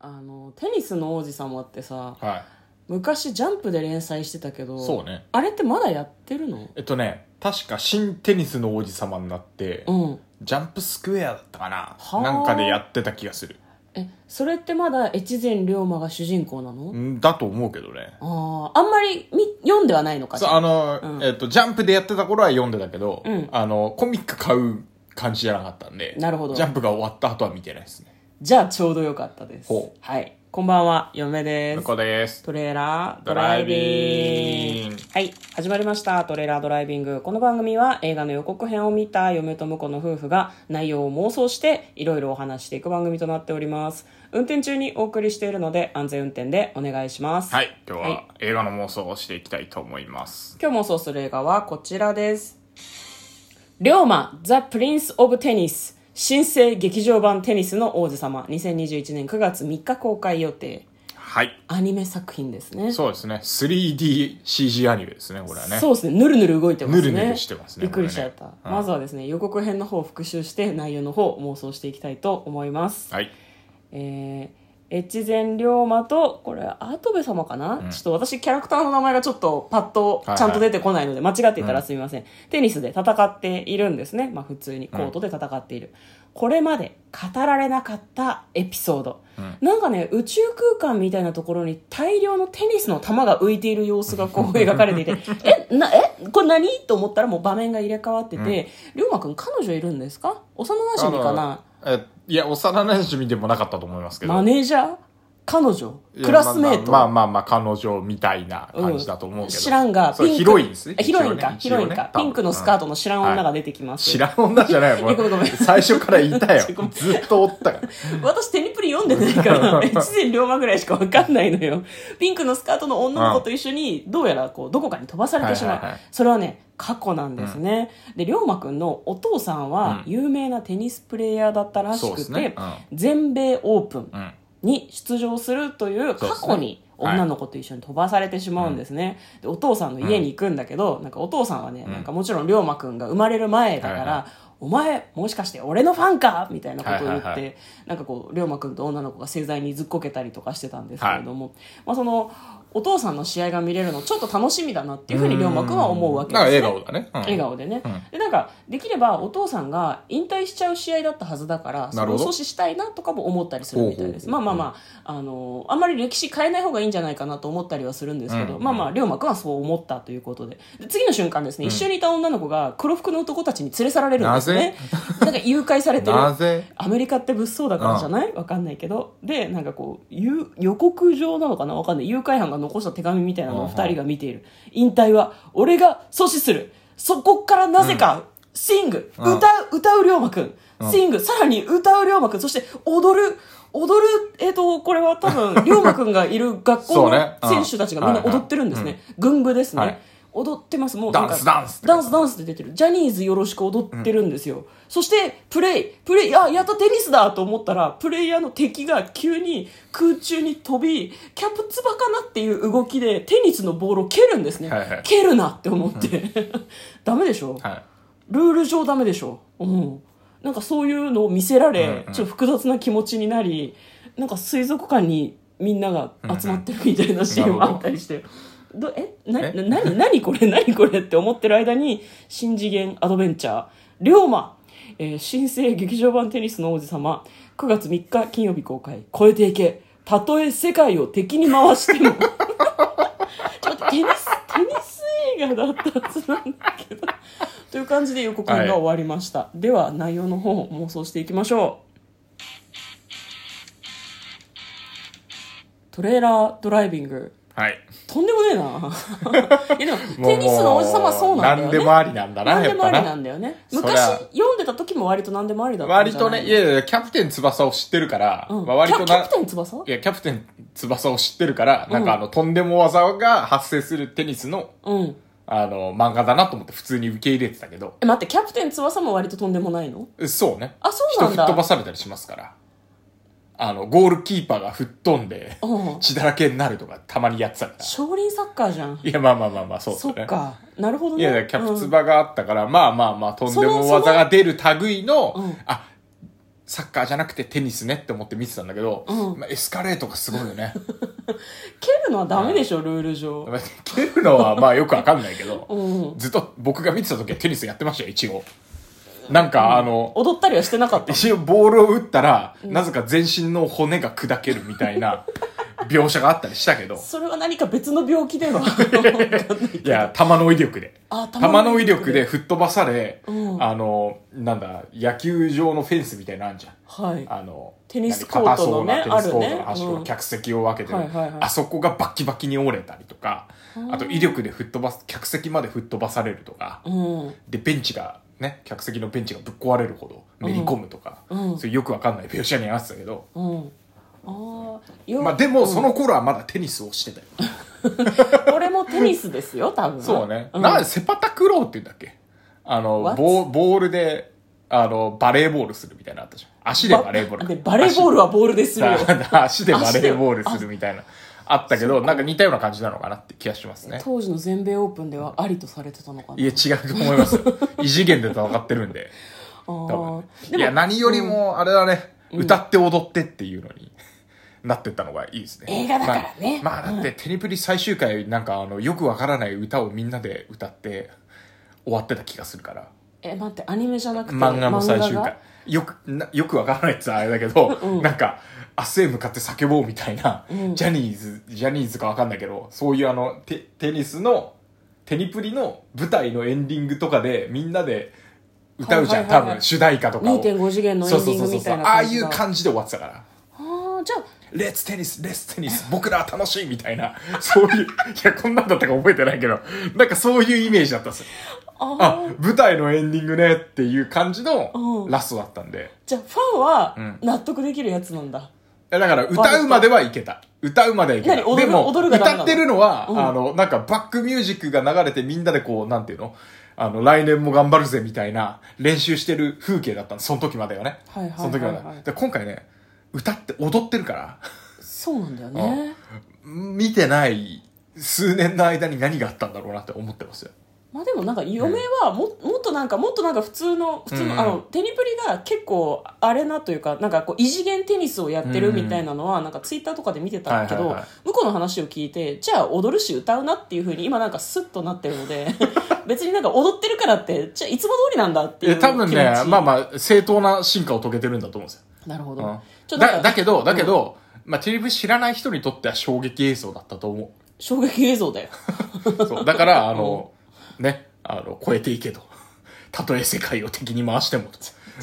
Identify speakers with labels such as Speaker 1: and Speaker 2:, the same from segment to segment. Speaker 1: あのテニスの王子様ってさ
Speaker 2: は
Speaker 1: 昔ジャンプで連載してたけど
Speaker 2: いそうね
Speaker 1: あれってまだやってるの
Speaker 2: えっとね確か新テニスの王子様になって、
Speaker 1: うん
Speaker 2: ジャンプスクエアだったかな
Speaker 1: はあ
Speaker 2: なんかでやってた気がする
Speaker 1: えそれってまだ越前龍馬が主人公なの、
Speaker 2: んだと思うけどね
Speaker 1: あああんまりみ読んではないのか
Speaker 2: そう
Speaker 1: じゃあ
Speaker 2: あの、
Speaker 1: うん
Speaker 2: えっとジャンプでやってた頃は読んでたけど、
Speaker 1: うん
Speaker 2: あのコミック買う感じじゃなかったんで
Speaker 1: なるほど
Speaker 2: ジャンプが終わった後は見てないですね
Speaker 1: じゃあちょうどよかったです
Speaker 2: ほう
Speaker 1: はいこんばんは嫁です
Speaker 2: こです
Speaker 1: トレーラード
Speaker 2: ド
Speaker 1: ラ
Speaker 2: ラ
Speaker 1: イ
Speaker 2: イ
Speaker 1: ビ
Speaker 2: ビ
Speaker 1: ン
Speaker 2: ン
Speaker 1: グ
Speaker 2: グ
Speaker 1: はい始まりましたトレーラードライビングこの番組は映画の予告編を見た嫁と婿の夫婦が内容を妄想していろいろお話していく番組となっております運転中にお送りしているので安全運転でお願いします
Speaker 2: はい今日
Speaker 1: は
Speaker 2: は映画の妄想をしていきたいと思います
Speaker 1: 今日妄想する映画はこちらです。龍馬、ザ・プリンス・オブ・テニス、新生劇場版テニスの王子様、2021年9月3日公開予定。
Speaker 2: はい
Speaker 1: アニメ作品ですね。
Speaker 2: そうですね 3DCG アニメですねこれはね
Speaker 1: そうですね。ぬるぬる動いてますね。
Speaker 2: ぬるぬるしてますね
Speaker 1: びっくりしちゃった。
Speaker 2: これねうん
Speaker 1: まずはですね、予告編の方を復習して内容の方を妄想していきたいと思います。
Speaker 2: はい
Speaker 1: えー、越前龍馬と、これ、アートベ様かな、ちょっと私、キャラクターの名前がちょっとパッと
Speaker 2: いはい
Speaker 1: ちゃんと出てこないので、間違っていたらすみません,、テニスで戦っているんですね。まあ、普通にコートで戦っている。これまで語られなかったエピソード、なんかね、宇宙空間みたいなところに大量のテニスの球が浮いている様子が こう描かれていて、え、な、え、これ何と思ったらもう場面が入れ替わってて、龍馬くん彼女いるんですか幼馴染かな
Speaker 2: あのえいや幼馴染でもなかったと思いますけど
Speaker 1: マネージャー彼女
Speaker 2: いや
Speaker 1: クラスメート、
Speaker 2: まあまあまあ、まあまあ彼女みたいな感じだと思うけど、
Speaker 1: 知らんが
Speaker 2: そう
Speaker 1: ピンク
Speaker 2: ヒロインですね
Speaker 1: あヒロインか、ヒ
Speaker 2: 一応
Speaker 1: ロ
Speaker 2: ね
Speaker 1: インか
Speaker 2: 一応ね多
Speaker 1: ピ
Speaker 2: 分
Speaker 1: ンクのスカートの知らん女が出てきます、
Speaker 2: 知らん女じゃないよ
Speaker 1: ごめんごめん
Speaker 2: 最初からい たよ
Speaker 1: ごめん
Speaker 2: ずっとおったから
Speaker 1: 私テニプリ読んでないから越前龍馬ぐらいしか分かんないのよピンクのスカートの女の子と一緒にどうやらこうどこかに飛ばされてしまう、
Speaker 2: はいはいはい
Speaker 1: それはね過去なんですね、で龍馬くんのお父さんは
Speaker 2: うん
Speaker 1: 有名なテニスプレーヤーだったらし
Speaker 2: そう
Speaker 1: く
Speaker 2: で
Speaker 1: て、
Speaker 2: すねう
Speaker 1: 全米オープン
Speaker 2: ん、うん
Speaker 1: に出場するという過
Speaker 2: そう
Speaker 1: 去
Speaker 2: です
Speaker 1: に
Speaker 2: ね
Speaker 1: 女の子と一緒に飛ばされてしまうんですね、でお父さんの家に行くんだけど、なんかお父さんはね、なんかもちろん龍馬くんが生まれる前だから、
Speaker 2: はいは
Speaker 1: お前もしかして俺のファンかみたいなことを言って、
Speaker 2: はいはいは
Speaker 1: なんかこう龍馬くんと女の子が正座にずっこけたりとかしてたんですけれども、まあ、そのお父さんの試合が見れるのちょっと楽しみだなっていうふうに龍馬くんは思うわけで
Speaker 2: なん
Speaker 1: すね。
Speaker 2: か笑顔だね、うん
Speaker 1: 笑顔でね、
Speaker 2: うん
Speaker 1: でなんかできればお父さんが引退しちゃう試合だったはずだからそ
Speaker 2: な
Speaker 1: れ
Speaker 2: るほ
Speaker 1: を
Speaker 2: ど
Speaker 1: 阻止したいなとかも思ったりするみたいです
Speaker 2: ほ
Speaker 1: ま
Speaker 2: う
Speaker 1: あ
Speaker 2: ほう
Speaker 1: まあ
Speaker 2: ほう
Speaker 1: まあ、あのあんまり歴史変えない方がいいんじゃないかなと思ったりはするんですけど、
Speaker 2: うん
Speaker 1: まあまあ龍馬くんはそう思ったということでで次の瞬間ですね、一緒にいた女の子が黒服の男たちに連れ去られるんですねなんか誘拐されてる
Speaker 2: なぜ
Speaker 1: アメリカって物騒だからじゃないわかんないけどでなんかこうゆ予告状なのかなわかんない誘拐犯が残した手紙みたいなのを
Speaker 2: うんうん
Speaker 1: 2人が見ている引退は俺が阻止するそこからなぜか、スイング
Speaker 2: うん
Speaker 1: 歌う歌う龍馬くんスイングさらに歌う龍馬くんそして踊る踊るえっ、とこれは多 分龍馬くんがいる学校
Speaker 2: そうねう
Speaker 1: の選
Speaker 2: ん
Speaker 1: 手たちがみんな踊ってるんですね、群舞ですね、
Speaker 2: はい
Speaker 1: 踊ってますもうなんか
Speaker 2: ダンスダンスって
Speaker 1: ダンスダンスって出てる。ジャニーズよろしく踊ってるんですよ。そして、プレイ、プレイ、あ、やったテニスだと思ったら、プレイヤーの敵が急に空中に飛び、キャプツバかなっていう動きで、テニスのボールを蹴るんですね。
Speaker 2: はいはい
Speaker 1: 蹴るなって思って。 ダメでしょ、
Speaker 2: はい
Speaker 1: ルール上ダメでしょうん。なんかそういうのを見せられ、
Speaker 2: うんうん
Speaker 1: ちょっと複雑な気持ちになり、なんか水族館にみんなが集まってるみたいなシーンもあったりして。どえな
Speaker 2: え
Speaker 1: な何何これ何これって思ってる間に新次元アドベンチャー龍馬、えー新生劇場版テニスの王子様9月3日金曜日公開超えていけたとえ世界を敵に回してもちょっとテニステニス映画だったはずなんだけどという感じで予告編が終わりました、では内容の方を妄想していきましょうトレーラードライビング
Speaker 2: はい
Speaker 1: とんでもねえな いやでもテニスの王子様はそうなんだよね
Speaker 2: 何でもありなんだな
Speaker 1: 何でもあり
Speaker 2: や
Speaker 1: な
Speaker 2: っ
Speaker 1: んだよね
Speaker 2: そりゃ
Speaker 1: 昔読んでた時も割と何でもありだ
Speaker 2: ぱ
Speaker 1: っ
Speaker 2: な
Speaker 1: たんじ
Speaker 2: 割
Speaker 1: ゃない
Speaker 2: とねいやいやキャプテン翼を知ってるから、
Speaker 1: うん
Speaker 2: まあ、割
Speaker 1: キ
Speaker 2: と
Speaker 1: ャキ
Speaker 2: な
Speaker 1: ャプテン翼
Speaker 2: いやキャプテン翼を知ってるから、なんかあのとんでも技が発生するテニスの
Speaker 1: うん
Speaker 2: あの漫画だなと思って普通に受け入れてたけど
Speaker 1: え待ってキャプテン翼も割ととんでもないの
Speaker 2: そうね。
Speaker 1: あそうなんだ
Speaker 2: 人吹っ飛ばされたりしますから。あの、ゴールキーパーが吹っ飛んで
Speaker 1: うん、
Speaker 2: 血だらけになるとかたまにやってたから。
Speaker 1: 少林サッカーじゃん
Speaker 2: いや、まあまあまあまあ、そうだ
Speaker 1: そ
Speaker 2: ね。
Speaker 1: っかなるほど
Speaker 2: い
Speaker 1: ね
Speaker 2: やいや、キャプツ
Speaker 1: うん
Speaker 2: バがあったから、まあまあまあ、とんで
Speaker 1: その
Speaker 2: も
Speaker 1: その
Speaker 2: 技が出る類の、
Speaker 1: うん
Speaker 2: あ、サッカーじゃなくてテニスねって思って見てたんだけど、
Speaker 1: うん
Speaker 2: まあエスカレートがすごいよね。
Speaker 1: 蹴るのはダメでしょ、ルール上。
Speaker 2: まあ蹴るのはまあよくわかんないけど、
Speaker 1: うん
Speaker 2: ずっと僕が見てた時はテニスやってましたよ、一応。なんかあの、
Speaker 1: 踊ったりはしてなかった。
Speaker 2: 一応ボールを打ったら、なぜか全身の骨が砕けるみた いな描写があったりしたけど、
Speaker 1: それは何か別の病気 ではわかんないけど
Speaker 2: いや、球の威力で。
Speaker 1: あ
Speaker 2: 球の威力で。吹っ飛ばされ、
Speaker 1: うん
Speaker 2: あの、なんだ、野球場のフェンスみたいなのあんじゃん。
Speaker 1: はい。
Speaker 2: あの、
Speaker 1: テニスコートのね
Speaker 2: 何片そうな
Speaker 1: あるね
Speaker 2: テニスコートの端っこ
Speaker 1: うん
Speaker 2: の客席を分けてる、
Speaker 1: はいはいはい
Speaker 2: あそこがバキバキに折れたりとか、あと威力で吹っ飛ばす、客席まで吹っ飛ばされるとか、
Speaker 1: うん。
Speaker 2: で、ベンチが、ね、客席のベンチがぶっ壊れるほどめり込むとか、
Speaker 1: うんうん
Speaker 2: そういうよくわかんない描写にあってたけど、
Speaker 1: うん。ああ、よ
Speaker 2: まあでもその頃はまだテニスをしてたよ。
Speaker 1: これもテニスです よ、多分。
Speaker 2: そうね。
Speaker 1: ん
Speaker 2: なんでセパタクローって言うんだっけあの、
Speaker 1: What？
Speaker 2: ボーボールで、あの、バレーボールするみたいなのあったじゃん。足でバレーボー
Speaker 1: ばで
Speaker 2: ル。
Speaker 1: バレーボールはボールです るよ。
Speaker 2: だから足でバレーボールするみたいな。あったけど、なんか似たような感じなのかなって気がしますね。
Speaker 1: 当時の全米オープンではありとされてたのか
Speaker 2: い
Speaker 1: な。
Speaker 2: や、違うと思 います。異次元で戦ってるんで。
Speaker 1: あ
Speaker 2: 多分。
Speaker 1: ー
Speaker 2: いや、何よりも、あれだね、歌って踊ってっていうのに。 なってったのがいいですね。
Speaker 1: 映画だからね
Speaker 2: まあ、まあだって、テニプリ最終回、なんか、あの、よくわからない歌をみんなで歌って、終わってた気がするから。
Speaker 1: え、待って、アニメじゃなくて。
Speaker 2: 漫画の最終
Speaker 1: 漫画
Speaker 2: 回
Speaker 1: が。
Speaker 2: よく、なよくわからないってあれだけど、なんか、明日へ向かって叫ぼうみたいな、ジャニーズ、ジャニーズかわかんないけど、そういうあの、テテニスの、テニプリの舞台のエンディングとかで、みんなで歌うじゃん、
Speaker 1: はいはいはいはい
Speaker 2: 多分、主題歌とかを。
Speaker 1: 2.5次元のエンディングみたいな
Speaker 2: ああ
Speaker 1: 感
Speaker 2: い
Speaker 1: じ
Speaker 2: う
Speaker 1: が
Speaker 2: 感じで終わってたから。
Speaker 1: ああ、じゃあ、
Speaker 2: レッツテニス、レッツテニス、僕らは楽しいみたいな、そういう、いや、こんなんだったか覚えてないけど、なんかそういうイメージだったんですよ。
Speaker 1: あー
Speaker 2: あ、舞台のエンディングねっていう感じ
Speaker 1: う
Speaker 2: の
Speaker 1: ん
Speaker 2: ラストだったんで。
Speaker 1: じゃあファンは
Speaker 2: ん
Speaker 1: 納得できるやつなんだ。
Speaker 2: いやだから歌うまではいけた。歌うまではいけた。
Speaker 1: 何踊る
Speaker 2: でも、
Speaker 1: 踊るがダメなの
Speaker 2: 歌ってるのは、
Speaker 1: うん
Speaker 2: あの、なんかバックミュージックが流れてみんなでこう、なんていうのあの、来年も頑張るぜみたいな練習してる風景だったの。その時まではね。
Speaker 1: はいはいはいはい
Speaker 2: その時までは。で今回ね、歌って踊ってるから、
Speaker 1: そうなんだよね。
Speaker 2: 見てない数年の間に何があったんだろうなって思ってますよ。
Speaker 1: まあでもなんか嫁はも,、もっとなんかもっとなんか普通の普通の、
Speaker 2: うん
Speaker 1: あのテニプリが結構あれなというかなんかこう異次元テニスをやってるみたいなのは、なんかツイッターとかで見てたけど、
Speaker 2: はいはいはい
Speaker 1: 向こうの話を聞いてじゃあ踊るし歌うなっていうふうに今なんかスッとなってるの で別になんか踊ってるからってじゃあいつも通りなんだっていう
Speaker 2: え
Speaker 1: 気持ち
Speaker 2: 多分ね、まあまあ、正当な進化を遂げてるんだと思うんですよ。
Speaker 1: なるほど、
Speaker 2: うん
Speaker 1: ちょっとなんか
Speaker 2: だだけど、だけど、まあ、テレビ知らない人にとっては衝撃映像だったと思う。
Speaker 1: 衝撃映像だよ
Speaker 2: そう。だから、あの、ね、あの、超えていけと。たとえ世界を敵に回してもと。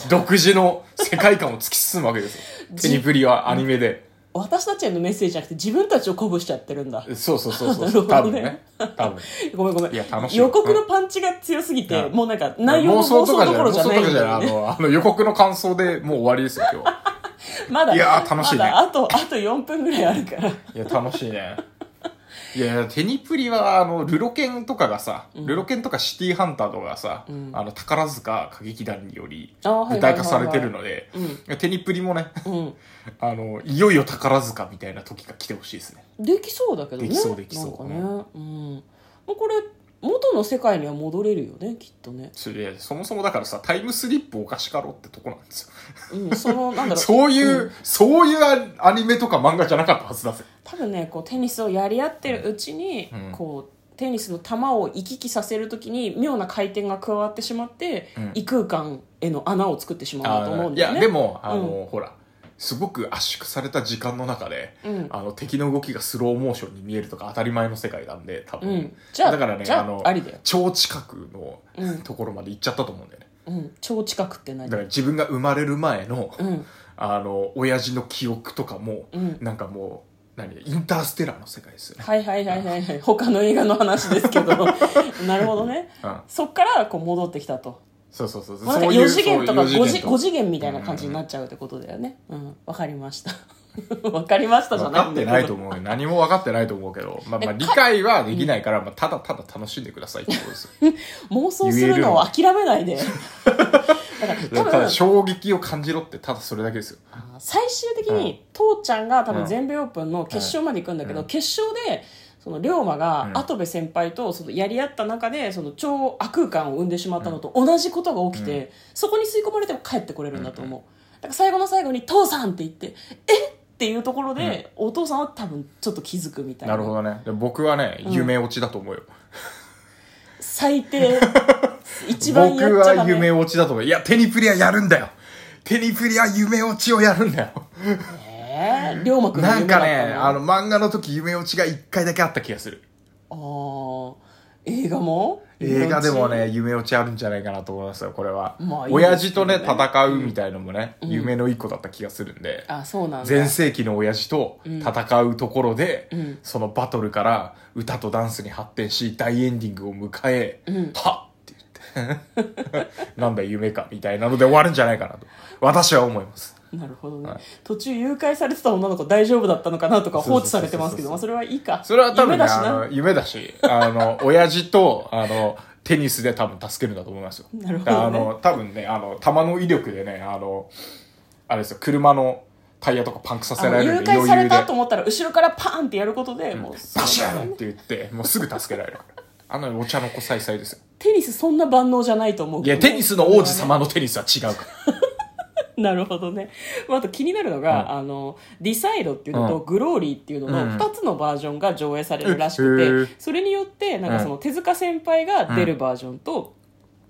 Speaker 2: 独自の世界観を突き進むわけです よ。テニプリはアニメで。
Speaker 1: 私たちへのメッセージじゃなくて自分たちを鼓舞しちゃってるんだ
Speaker 2: そうそうそうそ う。
Speaker 1: なるほ
Speaker 2: 多
Speaker 1: どね
Speaker 2: 分ね。多分。
Speaker 1: ごめんごめん
Speaker 2: いや楽しい
Speaker 1: 予告のパンチが強すぎて、
Speaker 2: うん
Speaker 1: もうなんか内容の妄
Speaker 2: 妄
Speaker 1: 想
Speaker 2: 想
Speaker 1: ど
Speaker 2: とかじゃ
Speaker 1: ころ
Speaker 2: ない。
Speaker 1: じ
Speaker 2: 妄
Speaker 1: ゃ
Speaker 2: 想
Speaker 1: な
Speaker 2: と
Speaker 1: いん
Speaker 2: かじゃない。
Speaker 1: だ
Speaker 2: あ
Speaker 1: よね
Speaker 2: の、あの予告の感想でもう終わりですよ、今日。
Speaker 1: まだ
Speaker 2: いやー楽しいね
Speaker 1: まだあと あと4分ぐらいあるから
Speaker 2: いや、楽しいね。いや、テニプリは、あの、ルロケンとかがさ、ルロケンとかシティハンターとかがさ、あの、宝塚歌劇団により、
Speaker 1: あーはいはい
Speaker 2: 舞台化されてるので、テニプリもね、
Speaker 1: ん
Speaker 2: あの、いよいよ宝塚みたいな時が来てほしいですね。
Speaker 1: できそうだけどね
Speaker 2: できそうできそう
Speaker 1: なんかねうん、もうこれ元の世界には戻れるよねきっとね、
Speaker 2: それそもそもだからさ、タイムスリップおかしかろうってとこなんですよ。
Speaker 1: うん、そのなんだろう
Speaker 2: そういう、そういうアアニメとか漫画じゃなかったはずだぜ。
Speaker 1: 多分ねこうテニスをやり合ってるうちに、
Speaker 2: うん
Speaker 1: こうテニスの球を行き来させるときに妙な回転が加わってしまって、
Speaker 2: うん
Speaker 1: 異空間への穴を作ってしまうと思うんだよ
Speaker 2: い
Speaker 1: ね
Speaker 2: や、でも、あの、ほら、すごく圧縮された時間の中で、
Speaker 1: うん
Speaker 2: あの、敵の動きがスローモーションに見えるとか当たり前の世界なんで、多分。
Speaker 1: うんじゃあ
Speaker 2: だからね、
Speaker 1: じゃあ
Speaker 2: の
Speaker 1: ありだよ
Speaker 2: 超近くの
Speaker 1: うん
Speaker 2: ところまで行っちゃったと思うんだよね。
Speaker 1: うん、超近くって
Speaker 2: だ
Speaker 1: 何
Speaker 2: から自分が生まれる前の、
Speaker 1: うん
Speaker 2: あの、親父の記憶とかも、
Speaker 1: うん
Speaker 2: なんかもう、何インターステラーの世界ですよね。
Speaker 1: はいはいはいはいはい他の映画の話ですけど なるほどね
Speaker 2: うん。
Speaker 1: そっからこう戻ってきたと
Speaker 2: そうそうそ
Speaker 1: な
Speaker 2: う。
Speaker 1: んか
Speaker 2: そういう
Speaker 1: 4次元とか
Speaker 2: そうい
Speaker 1: 5,
Speaker 2: う四
Speaker 1: 次
Speaker 2: 元と
Speaker 1: 5次元みたいな感じになっちゃうってことだよねうんわかりました わかりましたじゃ
Speaker 2: 分
Speaker 1: ない
Speaker 2: かってないと思うよ。何も分かってないと思うけど、まあまあ
Speaker 1: えか
Speaker 2: 理解はできないから、まあただただ楽しんでくださいってことですよ。
Speaker 1: 妄想するのを諦め ないでだから
Speaker 2: いや
Speaker 1: 多
Speaker 2: た
Speaker 1: 分
Speaker 2: だ衝撃を感じろってただそれだけですよ
Speaker 1: あー最終的に父ちゃんが多
Speaker 2: う
Speaker 1: 分
Speaker 2: ん
Speaker 1: 全米オープンの決勝まで行くんだけど、
Speaker 2: うん
Speaker 1: 決勝でその龍馬
Speaker 2: う
Speaker 1: が
Speaker 2: ん
Speaker 1: 跡部先輩とそのやり合った中でその超悪空間を生んでしまったのと同じことが起きて、そこに吸い込まれても帰ってこれるんだと思う、から最後の最後に「父さん!」って言って「えっ!」っていうところで、お父さんは多分ちょっと気づくみたいな
Speaker 2: なるほどね。で僕はね、夢落ちだと思うよ。
Speaker 1: 最 低一番
Speaker 2: 僕
Speaker 1: やっちゃダ
Speaker 2: は
Speaker 1: メ
Speaker 2: 夢落ちだと思う。いや、テニプリはやるんだよ。テニプリは夢落ちをやるん だよ。
Speaker 1: えー、龍馬くんの
Speaker 2: なん
Speaker 1: 夢だ
Speaker 2: か
Speaker 1: ったの
Speaker 2: ね、あの、漫画の時夢落ちが一回だけあった気がする。
Speaker 1: あー映画も
Speaker 2: 映画でもね、夢落ちあるんじゃないかなと思いますよ、これは。
Speaker 1: まあいいですけどね
Speaker 2: 親父とね、戦うみたいのもね、夢の一個だった気がするんで。
Speaker 1: あそうなんだ
Speaker 2: 全盛期の親父と戦うところで、
Speaker 1: ん
Speaker 2: そのバトルから歌とダンスに発展し、大エンディングを迎え、はっって 言って、なんだ夢かみたいなので終わるんじゃないかなと、私は思います。
Speaker 1: なるほどね、
Speaker 2: はい
Speaker 1: 途中誘拐されてた女の子大丈夫だったのかなとか
Speaker 2: そうそう
Speaker 1: 放置されてますけど
Speaker 2: そ
Speaker 1: ま
Speaker 2: う
Speaker 1: あそれはいいか
Speaker 2: それは多分
Speaker 1: 夢
Speaker 2: ね、
Speaker 1: だし
Speaker 2: あの、夢だし、あの、 親父と、あの、テニスで多分助けるんだと思いますよ。
Speaker 1: なるほどね
Speaker 2: あの、多分ね、あの、弾の威力でね、あの、あれですよ、車のタイヤとかパンクさせ
Speaker 1: あの
Speaker 2: られる
Speaker 1: 誘
Speaker 2: んで
Speaker 1: 拐されたと
Speaker 2: で、
Speaker 1: 思ったら後ろからパーンってやることで、もう
Speaker 2: バシャンって言って、もうすぐ助けられるから。あのお茶の子さいさいですよ。
Speaker 1: テニスそんな万能じゃないと思う
Speaker 2: い
Speaker 1: けど
Speaker 2: や、テニスの王子様のテニスは違うから。
Speaker 1: なるほどね、まあ、あと気になるのが、あのディサイドっていうのと、
Speaker 2: うん
Speaker 1: グローリーっていうのの
Speaker 2: うん
Speaker 1: 2つのバージョンが上映されるらし
Speaker 2: へ
Speaker 1: くて、
Speaker 2: ー
Speaker 1: それによってなんかその手塚先輩が出るバージョンと、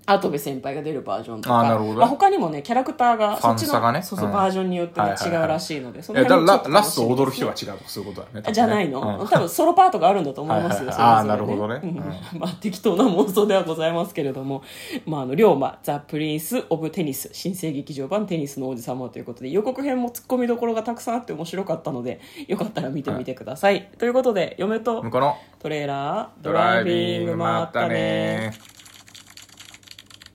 Speaker 1: 跡部先輩が出るバージョンとか
Speaker 2: あーなるほど
Speaker 1: まあ、他にもねキャラクターが
Speaker 2: ファンサがね
Speaker 1: そっちのそうそう、
Speaker 2: うん
Speaker 1: バージョンによって、ね
Speaker 2: はいはい はい
Speaker 1: 違うらしいのでそ
Speaker 2: えだから
Speaker 1: 辺もちょっ
Speaker 2: ラ
Speaker 1: と
Speaker 2: ラスト踊る人が
Speaker 1: 楽し
Speaker 2: 違うとかそういうことだね。多分
Speaker 1: み
Speaker 2: ね
Speaker 1: じゃない
Speaker 2: うん
Speaker 1: の、多分ソロパートがあるんだと思いますよ、
Speaker 2: はい
Speaker 1: それぞれね
Speaker 2: はいはいあーなるほどね
Speaker 1: うん まあ適当な妄想ではございますけれども、まあ、あの龍馬「ザ・プリンス・オブ・テニス」新生劇場版「テニスの王子様」ということで予告編もツッコミどころがたくさんあって面白かったので よかったら見てみてください、ということで嫁と
Speaker 2: 向こうの
Speaker 1: トレーラード
Speaker 2: ド
Speaker 1: ラ
Speaker 2: ラ
Speaker 1: イ
Speaker 2: イ
Speaker 1: ビ
Speaker 2: ビ
Speaker 1: ン
Speaker 2: ン
Speaker 1: グ
Speaker 2: グ
Speaker 1: まっ
Speaker 2: まったた
Speaker 1: ね
Speaker 2: ねー